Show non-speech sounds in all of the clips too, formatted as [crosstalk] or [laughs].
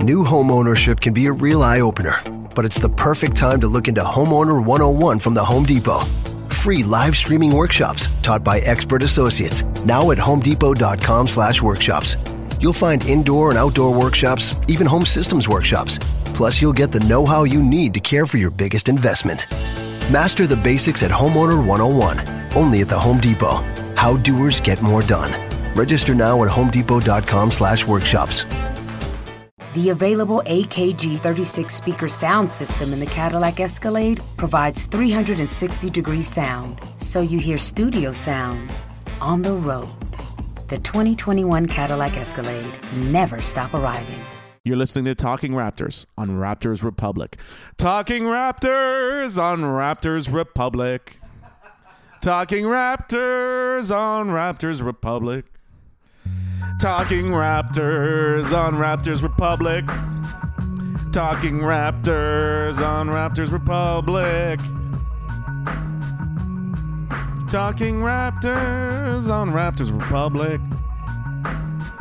New home ownership can be a real eye opener, but it's the perfect time to look into Homeowner 101 from the Home Depot. Free live streaming workshops taught by expert associates now at homedepot.com/workshops. You'll find indoor and outdoor workshops, even home systems workshops. Plus, you'll get the know-how you need to care for your biggest investment. Master the basics at Homeowner 101, only at the Home Depot. How doers get more done. Register now at homedepot.com/workshops. The available AKG 36 speaker sound system in the Cadillac Escalade provides 360 degree sound, so you hear studio sound on the road. The 2021 Cadillac Escalade never stop arriving. You're listening to Talking Raptors on Raptors Republic. Talking Raptors on Raptors Republic. Talking Raptors on Raptors Republic. Talking Raptors on Raptors Republic. Talking Raptors on Raptors Republic. Talking Raptors on Raptors Republic.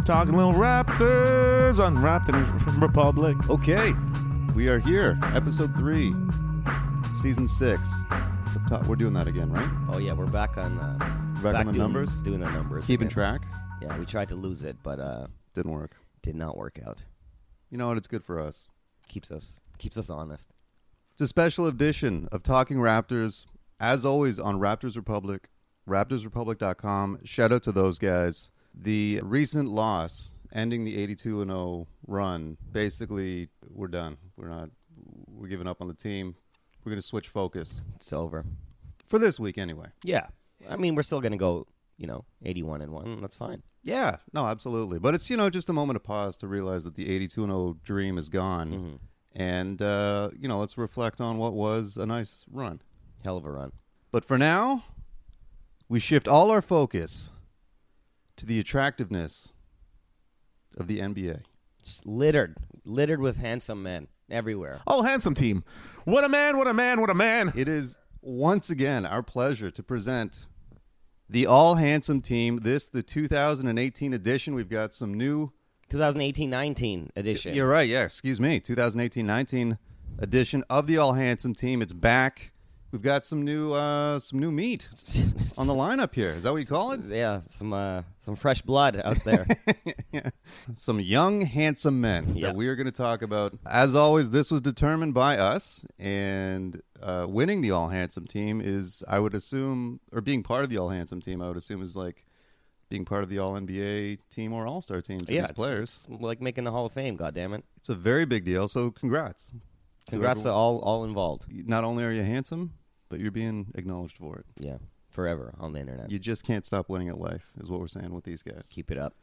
Talking little Raptors on Raptors Republic. Okay, we are here. Episode three, season six. We've ta- We're doing that again, right? Oh yeah, we're back on. Uh, Back on the doing- numbers? Doing the numbers. Keeping again. track. Yeah, we tried to lose it, but uh, Didn't work. did not work out. You know what? It's good for us. Keeps us keeps us honest. It's a special edition of Talking Raptors, as always on Raptors Republic, raptorsrepublic.com. Shout out to those guys. The recent loss, ending the 82 and 0 run, basically we're done. We're not. We're giving up on the team. We're going to switch focus It's over. for this week, anyway. Yeah, I mean we're still gonna go. You know, eighty-one and one. That's fine. Yeah, no, absolutely. But it's you know just a moment of pause to realize that the 82 and 0 dream is gone, and uh, you know let's reflect on what was a nice run. Hell of a run. But for now, we shift all our focus to the attractiveness of the NBA. It's littered, littered with handsome men everywhere. Oh, handsome team. What a man, what a man, what a man. It is once again our pleasure to present the all handsome team. This the 2018 edition. We've got some new 2018-19 edition. [laughs] You're right. Yeah. Excuse me. 2018-19 edition of the All Handsome Team. It's back. We've got some new uh, some new meat [laughs] on the lineup here. Is that what Oh, you call it? [laughs] yeah, some uh, some fresh blood out there. Some young handsome men Yeah. that we are going to talk about. As always, this was determined by us, and uh, winning the All Handsome Team is, I would assume, or being part of the All Handsome Team, I would assume is like being part of the All NBA team or All Star team to [laughs] yeah, these players. it's mm, like making the Hall of Fame. God damn it! It's a very big deal. So congrats. Congrats to all all involved. not only are you handsome, but you're being acknowledged for it. Yeah, forever on the internet. You just can't stop winning at life, is what we're saying with these guys. Keep it up.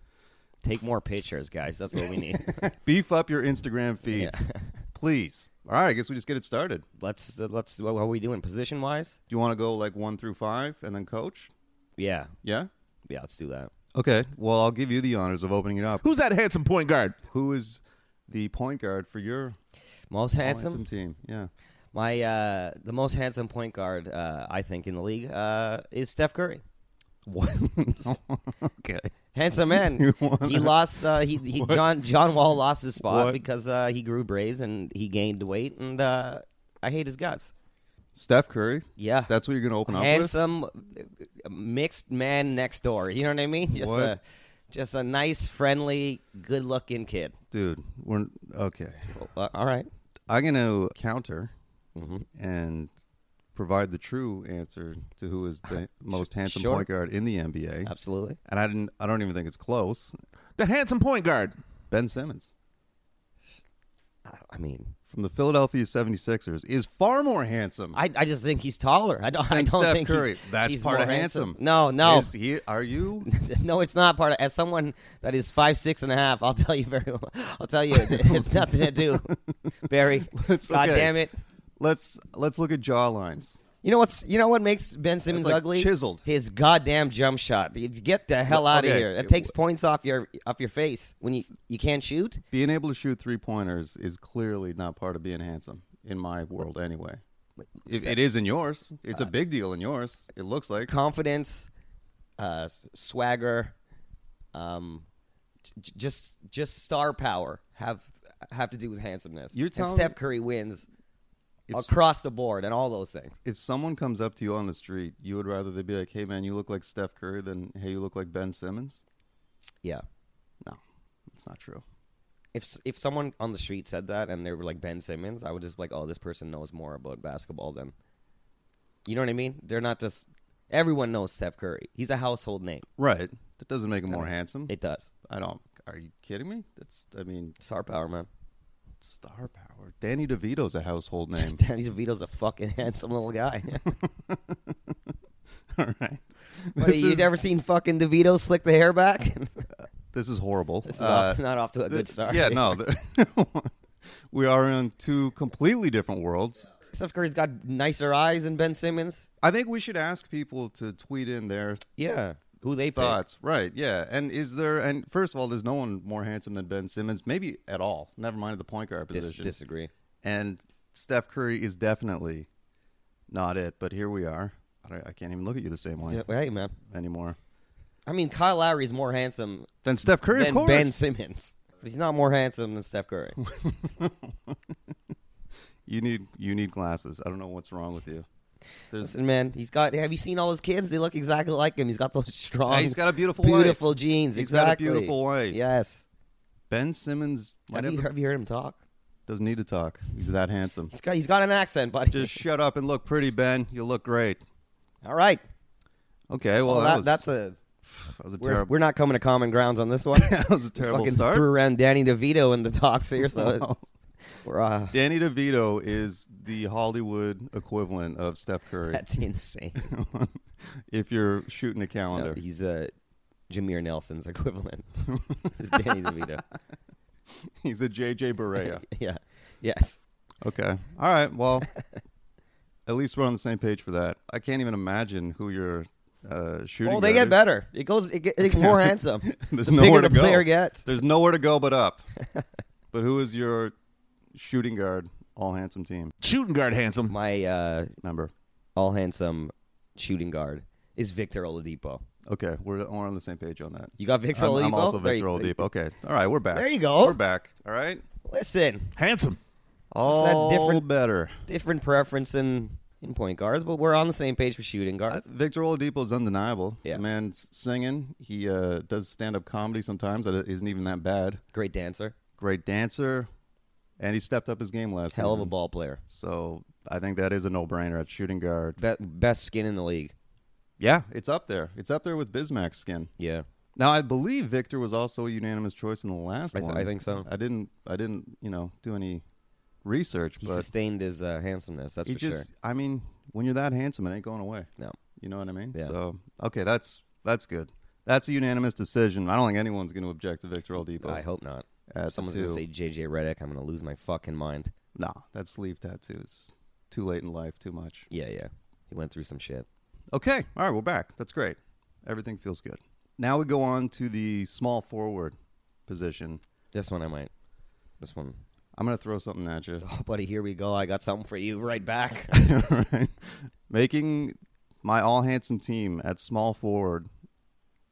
Take more pictures, guys. That's what we need. [laughs] Beef up your Instagram feeds, please. All right, I guess we just get it started. Do let's uh, let's. What are we doing position wise? you want to go like one through five and then coach? Yeah, Yeah. yeah. Let's do that. Okay. Well, I'll give you the honors of opening it up. Who's that handsome point guard? Who is the point guard for your Most handsome. handsome team? Yeah. My uh, the most handsome point guard uh, I think in the league uh, is Steph Curry. What? okay. [laughs] Handsome man. he lost. Uh, he, he John John Wall lost his spot What? because uh, he grew braids and he gained weight, and uh, I hate his guts. Steph Curry. Yeah. That's what you're going to open up with. handsome uh, mixed man next door. You know what I mean? Just What? a Just a nice, friendly, good-looking kid. Dude, we're okay. Uh, all right. I'm going to counter Mm-hmm. and provide the true answer to who is [laughs] the most handsome sure. point guard in the NBA. Absolutely. And I didn't. I don't even think it's close. The handsome point guard. Ben Simmons I, I mean, from the Philadelphia 76ers is far more handsome. I, I just think he's taller. I don't. I than don't Steph think Curry. He's, That's he's part more of handsome. No, no, [laughs] Is he, are you? no. It's not part of. As someone that is five six and a half, I'll tell you very. well- I'll [laughs] tell you, it's nothing to do, Barry. It's God okay. damn it. Let's let's look at jaw lines. You know what's you know what makes Ben Simmons like ugly? chiseled. His goddamn jump shot. You Get the hell Well, out of okay. here. That takes points off your off your face when you you can't shoot. Being able to shoot three pointers is clearly not part of being handsome in my world, anyway. It, it is in yours. It's Uh, a big deal in yours. It looks like. Confidence, uh, s- swagger, um, j- j- just just star power have have to do with handsomeness. You're And telling- Steph Curry wins If, s- across the board and all those things. if someone comes up to you on the street, you would rather they be like, "Hey, man, you look like Steph Curry," than "Hey, you look like Ben Simmons." Yeah. No, it's not true. If s- if someone on the street said that and they were like Ben Simmons, I would just be like, oh, this person knows more about basketball than. You know what I mean? They're not just. Everyone knows Steph Curry. He's a household name. Right. That doesn't make him more handsome. It does. I don't. Are you kidding me? That's. I mean, Star power, man. star power. Danny DeVito's a [laughs] household name. [laughs] Danny DeVito's a fucking [laughs] handsome little guy. All [laughs] right. What, This you is- never seen fucking DeVito slick the hair back? [laughs] This is horrible. this is Uh, off, [laughs] not off to a good th- start. Yeah, no. the- [laughs] we are in two completely different worlds. [laughs] Steph Curry's got nicer eyes than Ben Simmons. I think we should ask people to tweet in their Yeah. Who they pick. thoughts. Right. Yeah. And is there? And first of all, there's no one more handsome than Ben Simmons, maybe at all. Never mind the point guard Dis- position. disagree. and Steph Curry is definitely not it. But here we are. I, don't, I can't even look at you the same way Yeah, Hey, man. anymore. I mean, Kyle Lowry's more handsome Then Steph Curry, of than course. Ben Simmons. [laughs] But he's not more handsome than Steph Curry. [laughs] you need you need glasses. I don't know what's wrong with you. There's Listen, man, he's got. Have you seen all his kids? They look exactly like him. He's got those strong. Yeah, he's got a beautiful wife. beautiful jeans. He's got a exactly. beautiful wife. Yes. Ben Simmons might Have you, have the- have you heard him talk? doesn't need to talk. He's that [laughs] handsome. He's got. He's got an accent, buddy. Just shut up and look pretty, Ben. You look great. [laughs] all right. Okay, well, Well, that, that, was, that's a. [sighs] that was a We're, terrible we're not coming to common grounds on this one. [laughs] that was a terrible Fucking start. threw around Danny DeVito in the talks [laughs] here, so Wow. [laughs] we're, uh, Danny DeVito is the Hollywood equivalent of Steph Curry. that's insane. [laughs] if you're shooting a No, calendar, he's uh, Jameer [laughs] Nelson's equivalent. It's Danny DeVito. he's a JJ Barea. [laughs] yeah. Yes. Okay. All right. Well, at least we're on the same page for that. I can't even imagine who you're uh, shooting. Well, Oh, they guard get is. better. It goes. It get- it gets more handsome. [laughs] There's the nowhere to bigger the go. player gets. There's nowhere to go but [laughs] up. but who is your shooting guard, all handsome team Shooting guard handsome. My uh, member? all handsome shooting guard is Victor Oladipo. Okay, we're, we're on the same page on that. You got Victor I'm, Oladipo. I'm also There Victor you- there you- Oladipo. Okay. All right, we're back. There you go. We're back. All right. Listen, Handsome. All different- better. different preference in in point guards, but we're on the same page for shooting Uh, guards. Victor Oladipo is undeniable. Yeah. The man's singing. He uh, does stand up comedy sometimes. That isn't even that bad. Great dancer, Great dancer, and he stepped up his game last hell of a season. ball player, So I think that is a no brainer at shooting guard. Be- best skin in the league. Yeah, it's up there. It's up there with Bismack skin. Yeah, Now I believe Victor was also a unanimous choice in the last I th- one. I think so. I didn't. I didn't. You know, do any research, he but sustained his uh, handsomeness. That's he for just. sure. I mean, when you're that handsome, it ain't going away. No, You know what I mean? Yeah. So okay, that's that's good. That's a unanimous decision. I don't think anyone's going to object to Victor Oladipo. I hope not. At Someone's two. gonna say JJ Redick. I'm gonna lose my fucking mind. Nah, that sleeve tattoos. Too late in life. Too much. Yeah, yeah. He went through some shit. Okay. All right, we're back. That's great. Everything feels good. Now we go on to the small forward position. This one I might. This one. I'm going to throw something at you. Oh, buddy, here we go. I got something for you right [laughs] back. Oh. [laughs] right. Making my all handsome team at small forward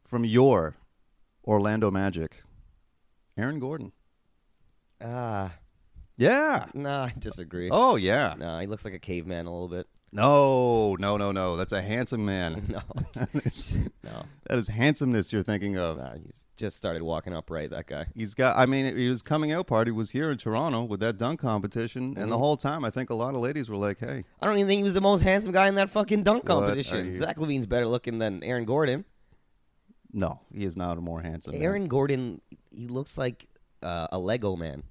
from your Orlando Magic, Aaron Gordon. Ah, Yeah. no, I disagree. Oh, yeah. Oh, No, he looks like a caveman a little bit. No, no, no, no. That's a handsome man. [laughs] No, [laughs] It's- [laughs] no. that is handsomeness you're thinking of. Nah, he's just started walking upright. That guy. He's got. I mean, his coming out party was here in Toronto with that dunk competition, and the Mm-hmm. whole time I think a lot of ladies were like, "Hey, I don't even think he was the most handsome guy in that fucking dunk What competition. are you- Zach Levine's better looking than Aaron Gordon. no, he is not a more handsome." man." Aaron Gordon, he looks like uh, a Lego man.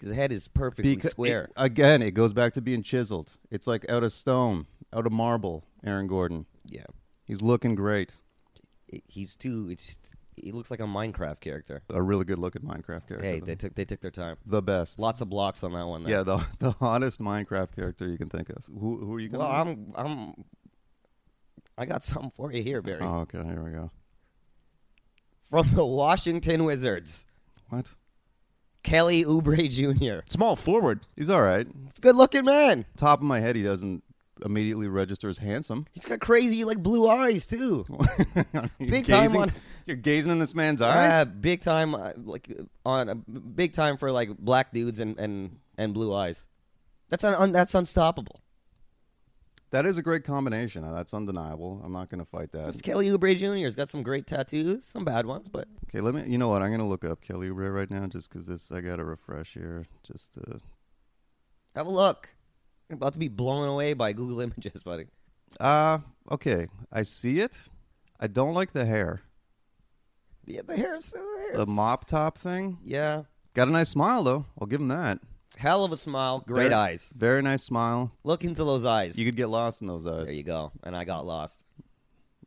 His head is perfectly Beca- square. it- again, it goes back to being chiseled. It's like out of stone, out of marble. Aaron Gordon. yeah, He's looking great. It- he's too. It's he looks like a Minecraft character. A really good looking Minecraft character. Hey, though. they took they took their time. the best. Lots of blocks on that one. though. Yeah, the [laughs] the hottest Minecraft character you can think of. Who who are you? Gonna Well, I'm I'm. I got something for you here, Barry. Oh, okay. Here we go. From the Washington Wizards, What? Kelly Oubre Jr. Small forward. He's all right. Good looking man. Top of my head, he doesn't immediately register as handsome. He's got crazy like blue eyes too. [laughs] You're Big time gazing- on- You're gazing in this man's Yeah, eyes. big time, uh, like on uh, big time for like black dudes and and and blue eyes. That's un, un, that's unstoppable. that is a great combination. Uh, That's undeniable. I'm not going to fight that. It's Kelly Oubre Jr. has got some great tattoos, some bad ones, but Okay, let me. You know what? I'm going to look up Kelly Oubre right now, just because this. I got to refresh here. Just to, have a look. You're about to be blown away by Google [laughs] Images, buddy. uh okay. I see it. I don't like the hair. Yeah, the hair's the, hair's, The mop top thing. Yeah, Got a nice smile though. I'll give him that. hell of a smile, great Very- eyes. Very nice smile. Look into those eyes. You could get lost in those eyes. there you go. And I got lost.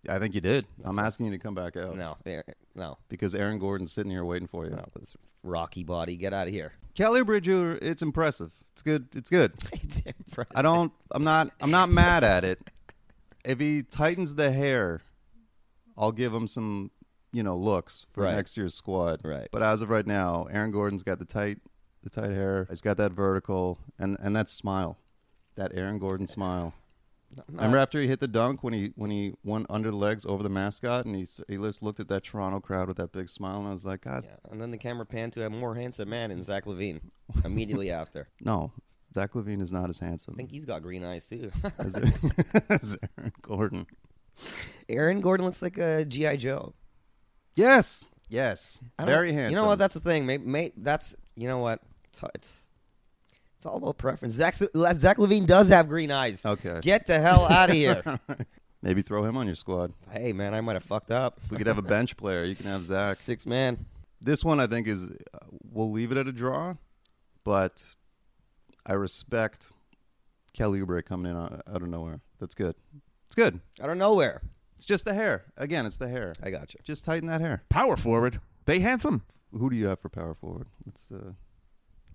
I think you did. I'm asking you to come back out. No, there, no, Because Aaron Gordon's sitting here waiting for you. no. This rocky body, get out of here. [laughs] Kelly Bridger, it's impressive. It's good. It's good. It's impressive. I don't. I'm not. I'm not mad at it. If he tightens the hair, I'll give him some, you know, looks for Right. next year's squad. Right. But as of right now, Aaron Gordon's got the tight, the tight hair. He's got that vertical and and that smile, that Aaron Gordon smile. Remember after he hit the dunk when he when he went under the legs over the mascot and he s- he just looked at that Toronto crowd with that big smile and I was like, God, Yeah, and then the camera panned to a more handsome man in Zach Levine [laughs] immediately after. no, Zach Levine is not as I handsome think he's got green eyes too. as, [laughs] as Aaron Gordon. [laughs] Aaron Gordon looks like a GI Joe. Yes. Yes. I don't- Very handsome. You know what? That's the thing. Maybe, may, that's you know what? It's it's, it's all about preference. Zach Zach Levine does have green eyes. Okay. Get the hell out [laughs] of here. Maybe throw him on your squad. hey man, I might have fucked up. We could have a [laughs] bench player. You can have Zach. Six man. This one, I think, is uh, we'll leave it at a draw, but I respect Kelly Oubre coming in uh, out out of nowhere. That's good. It's good. Out of nowhere. It's just the hair. Again, it's the hair. I got you. Just tighten that hair. Power forward. They handsome. Who do you have for power forward? It's. Uh,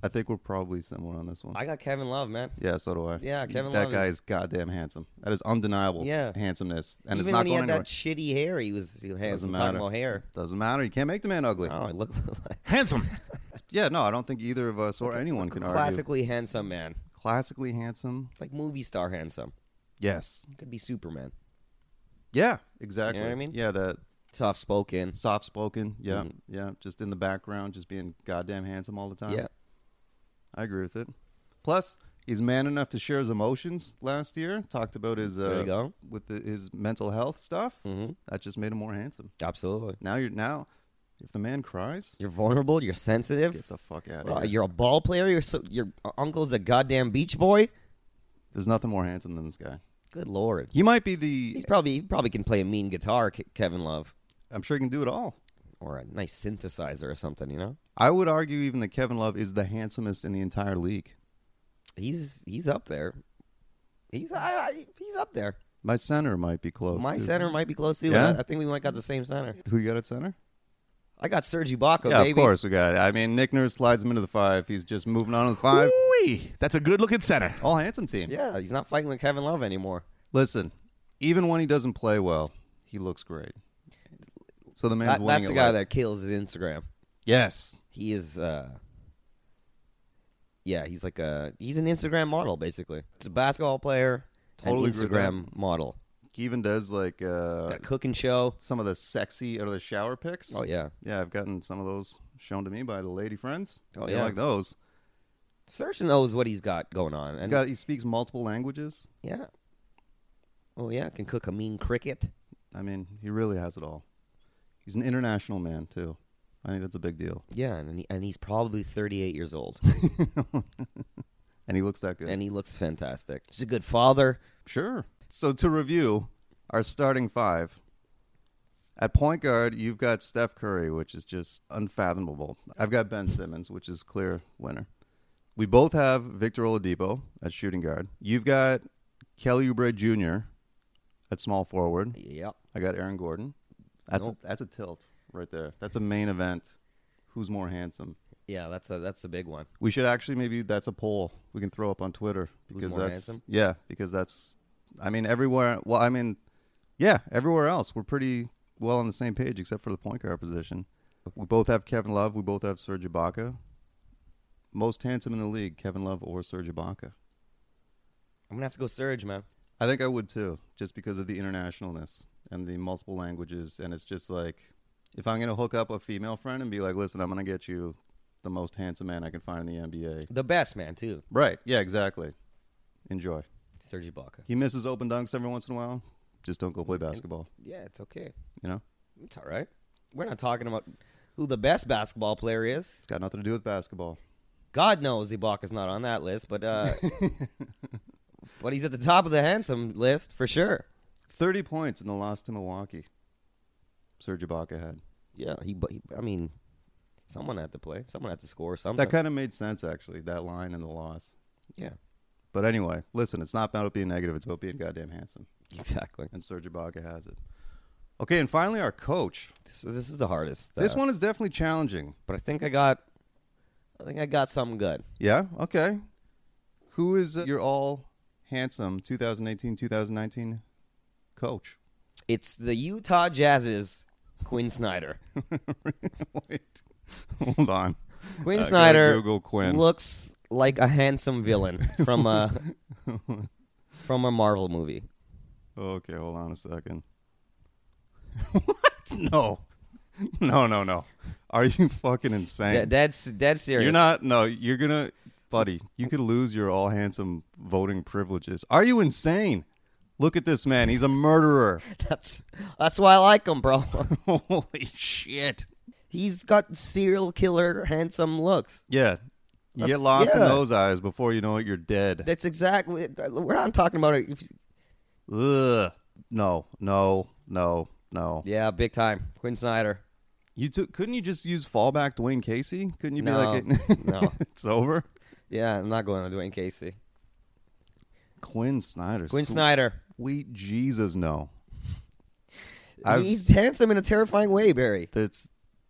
I think we're probably similar on this one. I got Kevin Love, man. yeah, so do I. Yeah, Kevin That Love guy is- is goddamn handsome. That is undeniable. Yeah. Handsomeness, and Even it's not when he going had anywhere. that shitty hair, he was he Doesn't was handsome matter. talking about hair. Doesn't matter. You can't make the man ugly. Oh, he [laughs] looked like Handsome. Yeah, no, I don't think either of us or anyone can argue. classically handsome man. Classically handsome. like movie star handsome. Yes. Could be Superman. Yeah, exactly. You know what I mean? Yeah, that Soft spoken. soft spoken. Yeah, Mhm. yeah. Just in the background, just being goddamn handsome all the time. Yeah. I agree with it. Plus, he's man enough to share his emotions last year. Talked about his uh, There you go. with the, his mental health stuff. Mhm. That just made him more handsome. Absolutely. Now you're now if the man cries, You're vulnerable. You're sensitive. get the fuck out Uh, of here. you're a ball player. You're so, your uncle's a goddamn beach boy. There's nothing more handsome than this guy. Good lord. He might be the He's probably he probably can play a mean guitar, Ke- Kevin Love, I'm sure he can do it all. or a nice synthesizer or something. You know, I would argue even that Kevin Love is the handsomest in the entire league. he's he's up there. He's I, I, he's up there. My center might be close. My too. center might be close too. Yeah? and I, I think we might got the same center. Who you got at center? I got Sergi Baca, yeah, baby. of course we got. It. I mean, Nick Nurse slides him into the five. He's just moving on to the five. Ooh-wee. That's a good looking center. All handsome team. Yeah, he's not fighting with Kevin Love anymore. Listen, even when he doesn't play well, he looks great. So the man's That, winning that's it the guy like- that kills his Instagram. Yes. he is uh yeah he's like a he's an instagram model basically it's a basketball player Totally an agree with instagram model He even does like uh, got a cooking show some of the sexy out of the shower pics. oh yeah Yeah, I've gotten some of those shown to me by the lady friends. Oh, They yeah. like those. Serge knows what he's got going on and He's got he speaks multiple languages. yeah Oh yeah, can cook a mean cricket. I mean, he really has it all. He's an international man too. I think that's a big deal. Yeah, and he, and he's probably 38 years old, And he looks that good. and he looks fantastic. He's a good father. Sure. So to review our starting five. At point guard, you've got Steph Curry, which is just unfathomable. I've got Ben Simmons, which is clear winner. We both have Victor Oladipo at shooting guard. You've got Kelly Oubre Jr. at small forward. Yep. I got Aaron Gordon. That's Nope. a, that's a tilt right there. That's a main event. Who's more handsome? Yeah, that's a that's a big one. We should actually maybe that's a poll we can throw up on Twitter Who's because more that's handsome? yeah because that's I mean everywhere well I mean yeah everywhere else we're pretty well on the same page except for the point guard position. We both have Kevin Love. We both have Serge Ibaka. Most handsome in the league, Kevin Love or Serge Ibaka. I'm gonna have to go Surge, man. I think I would too, just because of the internationalness and the multiple languages. And it's just like, if I'm going to hook up a female friend and be like, listen, I'm going to get you the most handsome man I can find in the NBA. The best man too, Right. Yeah, exactly. Enjoy. Serge Ibaka. He misses open dunks every once in a while. Just don't go play basketball, Yeah, it's okay. you know? It's all right. We're not talking about who the best basketball player is. It's got nothing to do with basketball. God knows Ibaka's not on that list, [laughs] but uh, but he's at the top of the handsome list for sure. 30 points in the loss to Milwaukee. Serge Ibaka had. Yeah, he. but he- I mean, someone had to play. Someone had to score something. That kind of made sense, actually, that line and the loss. yeah, But anyway, listen, it's not about being negative. It's about being goddamn handsome. exactly. and Serge Ibaka has it. Okay, and finally our coach. So this is the hardest. This uh, one is definitely challenging. but I think I got, I think I got something good. Yeah. Okay. Who is uh, your all handsome 2018-2019 coach? [laughs] It's the Utah Jazz's Quinn Snyder. Wait. Hold on. Quinn I gotta Snyder Uh, Google Quinn. looks like a handsome villain [laughs] from a from a Marvel movie. Okay, hold on a second. [laughs] what? No. No, no, no. Are you fucking insane? That, that's that's serious. You're not. No, you're gonna, buddy. You could lose your all handsome voting privileges. Are you insane? Look at this man. He's a [laughs] murderer. [laughs] That's that's why I like him, bro. [laughs] Holy shit. He's got serial killer handsome looks. Yeah. You get lost in yeah. those eyes before you know it. You're dead. That's exactly. We're not talking about it. If- Ugh. No. No. No. No. Yeah, big time. Quinn Snyder. You took. Couldn't you just use fallback Dwayne Casey? Couldn't you be No. like, No. [laughs] it's over. Yeah, I'm not going to Dwayne Casey. Quinn Snyder. Quinn Snyder. Sweet Jesus, no. I've- He's handsome in a terrifying way, Barry. That's.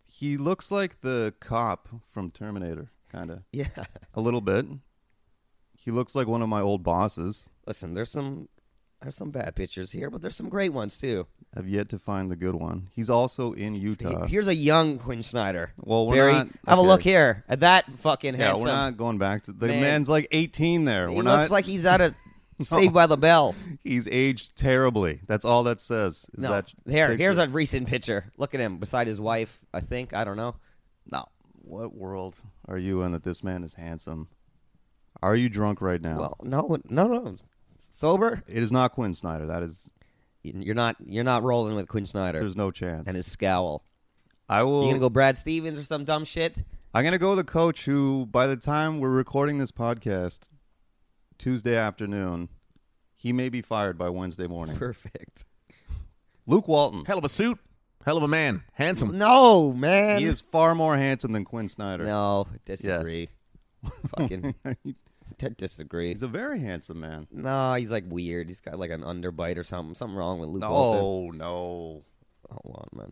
He looks like the cop from Terminator, kind of. Yeah. [laughs] A little bit. He looks like one of my old bosses. Listen, there's some there's some bad pictures here, but there's some great ones too. I've yet to find the good one. He's also in He- Utah. Here's a young Quinn Snyder. Uh, Well, we're Barry, not- have a okay. look here at that fucking yeah, handsome. we're not going back to the Man. man's like 18 there. he we're looks not like he's out [laughs] of Saved by the Bell. he's aged terribly. That's all that says. Is No, that here, here's picture. a recent picture. Look at him beside his wife. I think I don't know. No. What world are you in that this man is handsome? Are you drunk right now? Well, no, no, no, sober. it is not Quinn Snyder. That is You're not. You're not rolling with Quinn Snyder there's no chance. and his scowl. I will You gonna go Brad Stevens or some dumb shit? [laughs] I'm gonna go with a coach who, by the time we're recording this podcast, Tuesday afternoon, he may be fired by Wednesday morning. Perfect. Luke Walton. Hell of a suit. Hell of a man. Handsome. No, man. He is far more handsome than Quinn Snyder. No, disagree. Fucking I [laughs] disagree. He's a very handsome man. no, he's like weird. He's got like an underbite or something. Something wrong with Luke Walton. No, Oh, no. Hold on, man.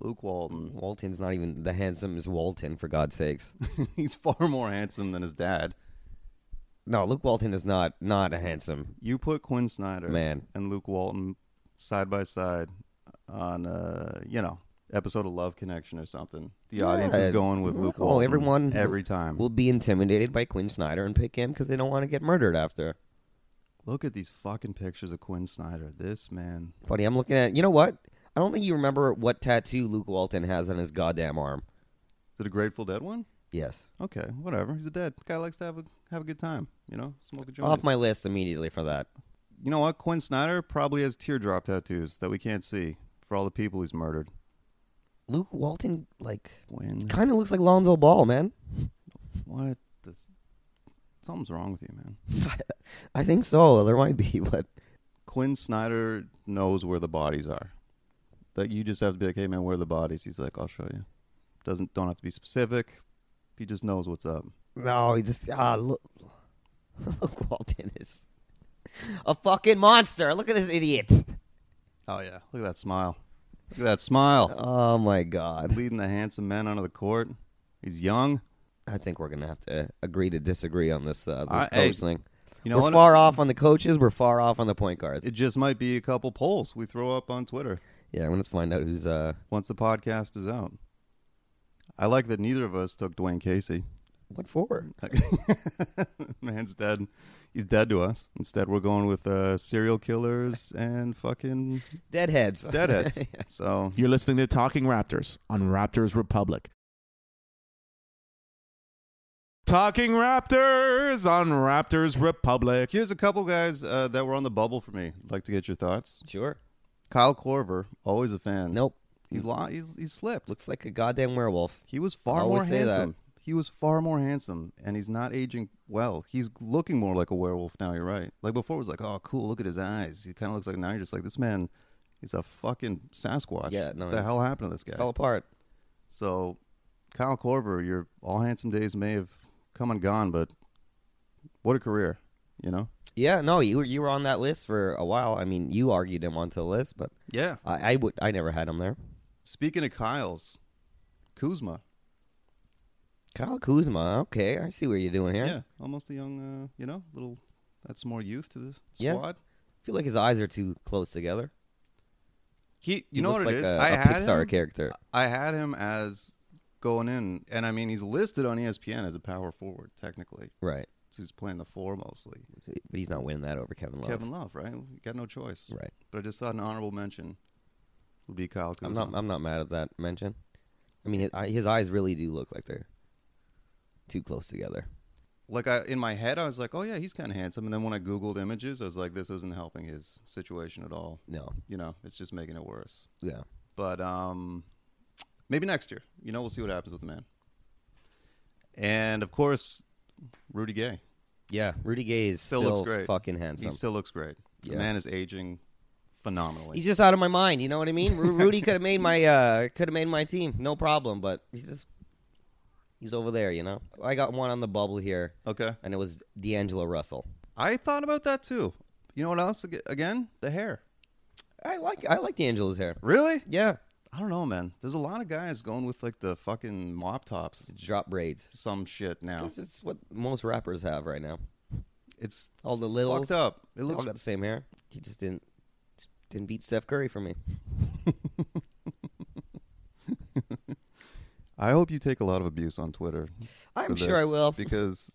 Luke Walton. [laughs] Walton's not even the handsomest Walton, for God's sakes. He's far more handsome than his dad. no, Luke Walton is not not a handsome. You put Quinn Snyder Man. and Luke Walton side by side on uh, you know, episode of Love Connection or something. The audience is Yeah. going with Luke No, Walton everyone every time. will be intimidated by Quinn Snyder and pick him because they don't want to get murdered after. Look at these fucking pictures of Quinn Snyder. This man. Buddy, I'm looking at. You know what? I don't think you remember what tattoo Luke Walton has on his goddamn arm. Is it a Grateful Dead one? Yes. Okay, whatever. He's a dead. guy likes to have a have a good time, you know? Smoke a joint. Off my list immediately for that. you know what? Quinn Snyder probably has teardrop tattoos that we can't see for all the people he's murdered. Luke Walton, like, Quinn, kind of looks like Lonzo Ball, man. what? This, something's wrong with you, man. I think so. There might be, [laughs] but Quinn Snyder knows where the bodies are. That you just have to be like, hey man, where are the bodies? He's like, I'll show you. Doesn't don't have to be specific. He just knows what's up. no, he just ah look, [laughs] Luke Walton is a fucking monster. Look at this idiot. Oh yeah, look at that smile. Look at that [laughs] smile. Oh my god. Leading the handsome man onto the court. He's young. I think we're gonna have to agree to disagree on this uh, this I- coach hey, thing. You know we're what? far off on the coaches. We're far off on the point guards. It just might be a couple polls we throw up on Twitter yeah, I'm gonna find out who's uh once the podcast is out. I like that neither of us took Dwayne Casey. [laughs] what for. Man's dead. He's dead to us. Instead, we're going with uh, serial killers and fucking Deadheads. [laughs] [laughs] deadheads. So You're listening to Talking Raptors on Raptors Republic. Talking Raptors on Raptors Republic. here's a couple guys uh, that were on the bubble for me. I'd like to get your thoughts. sure. Kyle Korver, always a fan. Nope. he's lo- he's he's slipped. Looks like a goddamn werewolf. He was far I more always say that. handsome. He was far more handsome, and he's not aging well. He's looking more like a werewolf now. You're right. Like before, it was like, oh, cool. Look at his eyes. He kind of looks like now. You're just like this man. He's a fucking Sasquatch. Yeah, no, What the he's- hell happened to this guy? Fell apart. So, Kyle Korver, your all handsome days may have come and gone, but what a career, you know? Yeah, no, you were you were on that list for a while. I mean, you argued him onto the list, but Yeah. I, I would I never had him there. Speaking of Kyle's, Kuzma. Kyle Kuzma, okay, I see what you're doing here. Yeah, almost a young, uh, you know, little. That's more youth to the Yeah. squad. I feel like his eyes are too close together. He, you He know looks what it like is. a- I a had Pixar him, character. I had him as going in, and I mean, he's listed on E ESPN as a power forward technically. Right. So he's playing the four mostly. But he's not winning that over Kevin Love. Kevin Love, right? You got no choice. Right. But I just thought an honorable mention would be Kyle Kuzma. I'm not I'm not mad at that mention. I mean, his, his eyes really do look like they're too close together. like I in my head I was like, oh yeah, he's kind of handsome. And then when I googled images, I was like, this isn't helping his situation at all. No. You know, it's just making it worse. Yeah. But um, maybe next year. You know, we'll see what happens with the man. And of course, Rudy Gay Yeah, Rudy Gay is still, still, looks great. fucking handsome. He still looks great. The Yeah. man is aging phenomenally. He's just out of my mind. You know what I [laughs] mean? Ru- Rudy could have made my uh, could have made my team, no problem. But he's just he's over there. You know. I got one on the bubble here, okay. and it was D'Angelo Russell. I thought about that too. You know what else? Ag- Again, the hair. I like I like D'Angelo's hair. Really? Yeah, I don't know, man. There's a lot of guys going with like the fucking mop tops, drop braids. some shit now. That's it's what most rappers have right now. It's All the littles, fucked up. It They all looks got the same hair. He just didn't didn't beat Steph Curry for me. I hope you take a lot of abuse on Twitter. I'm for sure this, I will. Because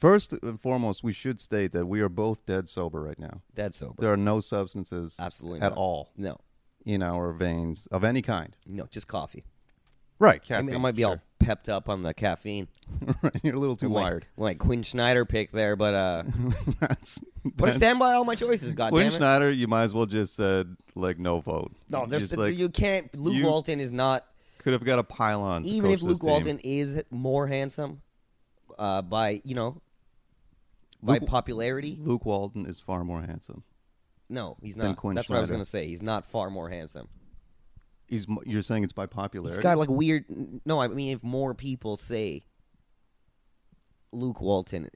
first and foremost, we should state that we are both dead sober right now. [laughs] That's sober. There are no substances Absolutely at not. all No, in our veins of any kind. no, just coffee. Right. I Caffeine, mean, I might be all sure. pepped up on the caffeine. Right, [laughs] You're a little too Like- wired. Like Quinn Schneider pick there, but [laughs] uh, That's but I that's- stand by all my choices. God Quinn damn it. Schneider, you might as well just said like no vote. no, there's Just, like, you can't. Luke you- Walton is not. could have got a pylon. to Even if coach this Luke team. Walton is more handsome, uh, by you know, by Luke- popularity, Luke Walton is far more handsome. no, he's Than not. Quinn That's what I was Schneider. gonna say. He's not far more handsome. He's mo- you're saying it's by popularity. He's got like weird. No, I mean, if more people say Luke Walton,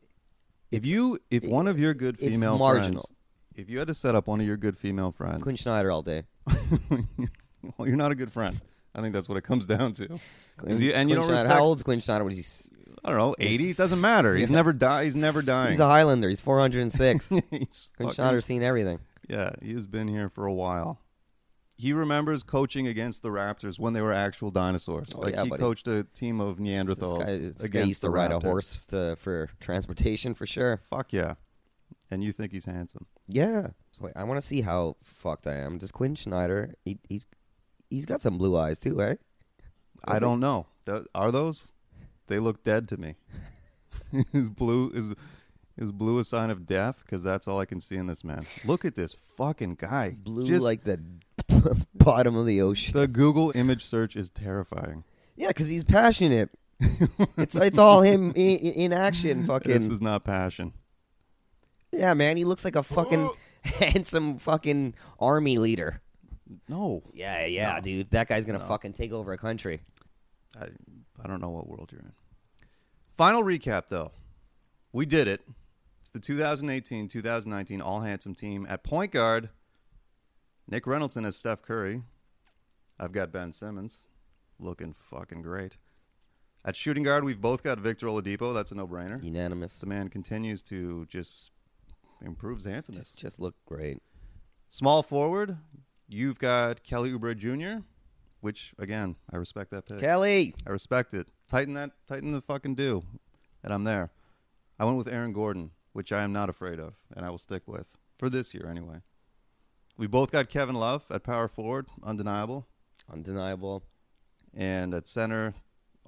If you, if one of your good it's female marginal. friends, if you had to set up one of your good female friends, Quinn Schneider all day. [laughs] well, you're not a good friend. I think that's what it comes down to. 'Cause Quinn- you- and you Quinn don't Schneider- respect. how old's Quinn Schneider? Was he? s- I don't know, eighty. It doesn't matter. He's never die. He's never dying. [laughs] He's a Highlander. He's 406. Quinn He's [laughs] fucking- Schneider's seen everything. Yeah, he has been here for a while. He remembers coaching against the Raptors when they were actual dinosaurs. Oh, like yeah, he buddy. coached a team of This Neanderthals guy, this guy against used to the ride a Raptors. horse to, for transportation for sure. Fuck yeah! And you think he's handsome? Yeah. So wait, I want to see how fucked I am. Does Quinn Schneider? He, he's he's got some blue eyes too, eh? I don't [laughs] know. Th- Are those? They look dead to me. his blue is Is blue a sign of death? Because that's all I can see in this man. Look at this fucking guy. Blue Just- like [laughs] the bottom of the ocean. the Google image search is [laughs] terrifying. [laughs] Yeah, because he's passionate. it's it's all [laughs] him i- i- in action. Fucking This is not passion. yeah, man. He looks like a fucking Oh. [laughs] handsome fucking army leader. No, Yeah, yeah, dude. That guy's gonna fucking take over a country. I, I don't know what world you're in. Final recap, though. We did it. It's the 2018 2019 All Handsome team. At point guard, Nick Reynoldson as Steph Curry. I've got Ben Simmons looking fucking great. At shooting guard, we've both got Victor Oladipo. That's a no brainer. Unanimous. The man continues to just improve his handsomeness. Just look great. Small forward, you've got Kelly Oubre Jr., which, again, I respect that pick. Kelly. I respect it. Tighten that, tighten the fucking do, and I'm there. I went with Aaron Gordon, which I am not afraid of, and I will stick with for this year anyway. We both got Kevin Love at power forward, undeniable, Undeniable. and at center,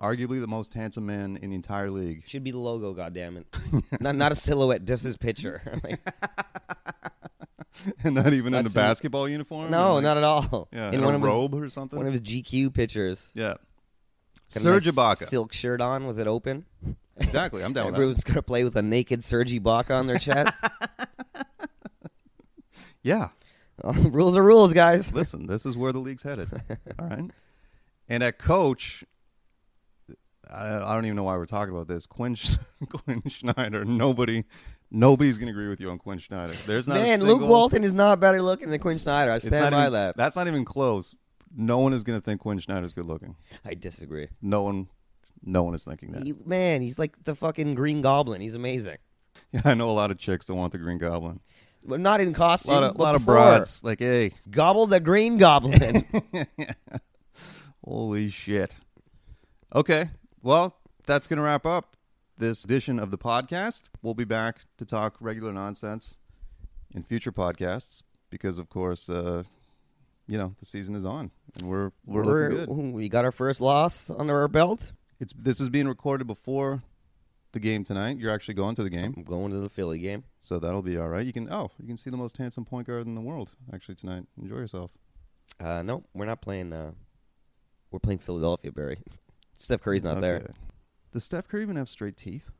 arguably the most handsome man in the entire league. [laughs] Should be the logo, [laughs] goddammit. not not a silhouette, just his picture. [laughs] Like, and not even in the That's an- basketball uniform. no, and like- not at all. yeah, in in one a of robe his, or something. one of his GQ pictures. yeah, Got a Serge nice Ibaka. silk shirt on. Was it open? exactly. I'm down with that. Everyone's gonna play with a naked Serge Ibaka on their chest. [laughs] Yeah. Oh, rules are rules, guys. [laughs] Listen, this is where the league's headed. All right. And at coach, I, I don't even know why we're talking about this. Quinn, Sch- [laughs] Quinn Schneider. Nobody, nobody's gonna agree with you on Quinn Schneider. There's not a Man, single, Luke Walton is not better looking than Quinn Snyder. I it's stand not by even- that. That's not even close. No one is gonna think Quinn Schneider's good looking. I disagree. No one, no one is thinking that. He- man, he's like the fucking Green Goblin. He's amazing. Yeah, [laughs] I know a lot of chicks that want the Green Goblin. But not in A costume. lot of, but lot of before. broads. Like, hey, Gobble the Green Goblin. Holy shit. Okay. Well, that's going to wrap up this edition of the podcast. We'll be back to talk regular nonsense in future podcasts because, of course, uh, you know, the season is on and we're, [laughs] we're, looking good. We got our first loss under our belt. It's, this is being recorded before the game tonight. You're actually going to the game. I'm going to the Philly game. So that'll be all right. You can, oh, you can see the most handsome point guard in the world actually tonight. Enjoy yourself. Uh, no, we're not playing. Uh, we're playing Philadelphia, Barry. [laughs] Steph Curry's not there. Okay. Does Steph Curry even have straight teeth?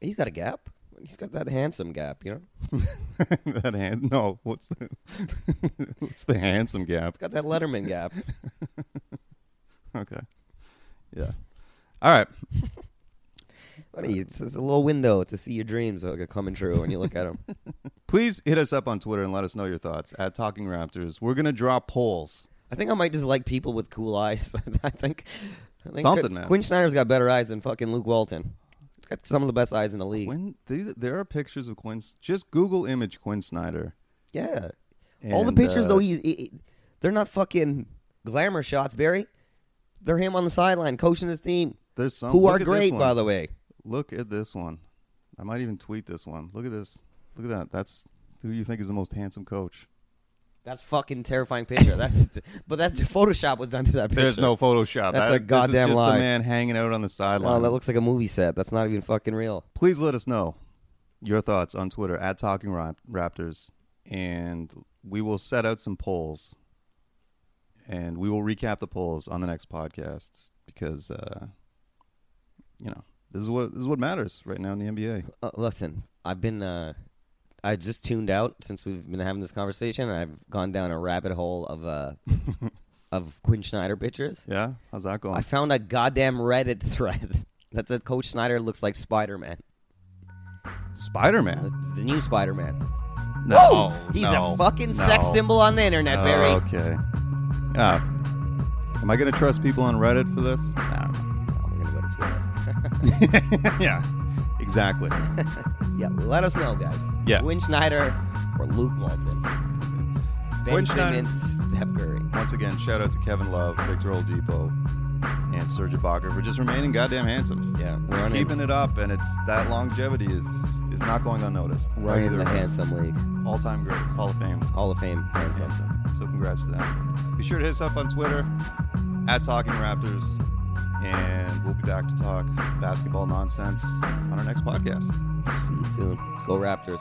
He's got a gap. He's got that handsome gap, you know. [laughs] that hand? No. What's the [laughs] what's the handsome gap? Got [laughs] that Letterman gap. Okay. Yeah. All right. Buddy, it's, it's a little window to see your dreams like, coming true when you look [laughs] at them. Please hit us up on Twitter and let us know your thoughts at Talking Raptors. We're gonna draw polls. I think I might just like people with cool eyes. [laughs] I think, I think Something, Qu- man. Quinn Snyder's got better eyes than fucking Luke Walton. He's got some of the best eyes in the league. When these, there are pictures of Quinn, just Google image Quinn Snyder. Yeah. All the And, pictures uh, though, he's he, he- they're not fucking glamour shots, Barry. They're him on the sideline coaching his team, There's some who look are at this great by one. the way. Look at this one. I might even tweet this one. Look at this. Look at that. That's who you think is the most handsome coach. That's fucking terrifying picture. That's [laughs] but that's Photoshop was done to that picture. There's no Photoshop. That's That- a goddamn this is just lie. The man hanging out on the sideline. Oh, that looks like a movie set. That's not even fucking real. please let us know your thoughts on Twitter at Talking Ra- Raptors, and we will set out some polls, and we will recap the polls on the next podcast because, uh, you know, this is what this is what matters right now in the NBA. Uh, listen, I've been uh, I just tuned out since we've been having this conversation. and I've gone down a rabbit hole [laughs] of uh, of Quinn Schneider pictures. Yeah, how's that going? I found a goddamn Reddit [laughs] thread that said Coach Snyder looks like Spider Man, Spider the, Man. the new Spider Man. No, He's Oh, no, a fucking no. Oh, sex symbol on the internet, Barry. Okay. Ah, am I gonna trust people on Reddit for this? I don't know. I'm gonna go to Twitter. [laughs] yeah, exactly. Yeah, let us know, guys. Yeah. Quinn Schneider or Luke Walton. Ben Quinn Snyder- Simmons, Steph Curry. Once again, shout out to Kevin Love, Victor Oladipo, and Serge Ibaka for just remaining goddamn handsome. Yeah, we're They're on keeping it up, and it's that longevity is is not going unnoticed. by Right in either the of us. handsome league. all-time greats, Hall of Fame, Hall of Fame handsome. handsome. So congrats to them. Be sure to hit us up on Twitter at Talking Raptors, and we'll be back to talk basketball nonsense on our next podcast. See you soon. Let's go Raptors.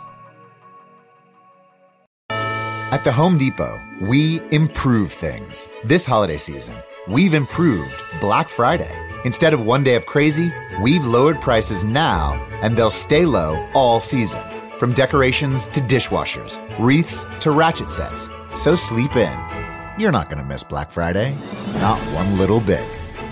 At the Home Depot, we improve things. This holiday season, we've improved Black Friday. Instead of one day of crazy, we've lowered prices now, and they'll stay low all season. From decorations to dishwashers, wreaths to ratchet sets. So sleep in. You're not going to miss Black Friday. Not one little bit.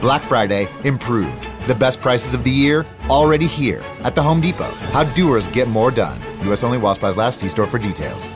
Black Friday improved. The best prices of the year already here at the Home Depot. How doers get more done. U.S. only while supplies last. See store for details.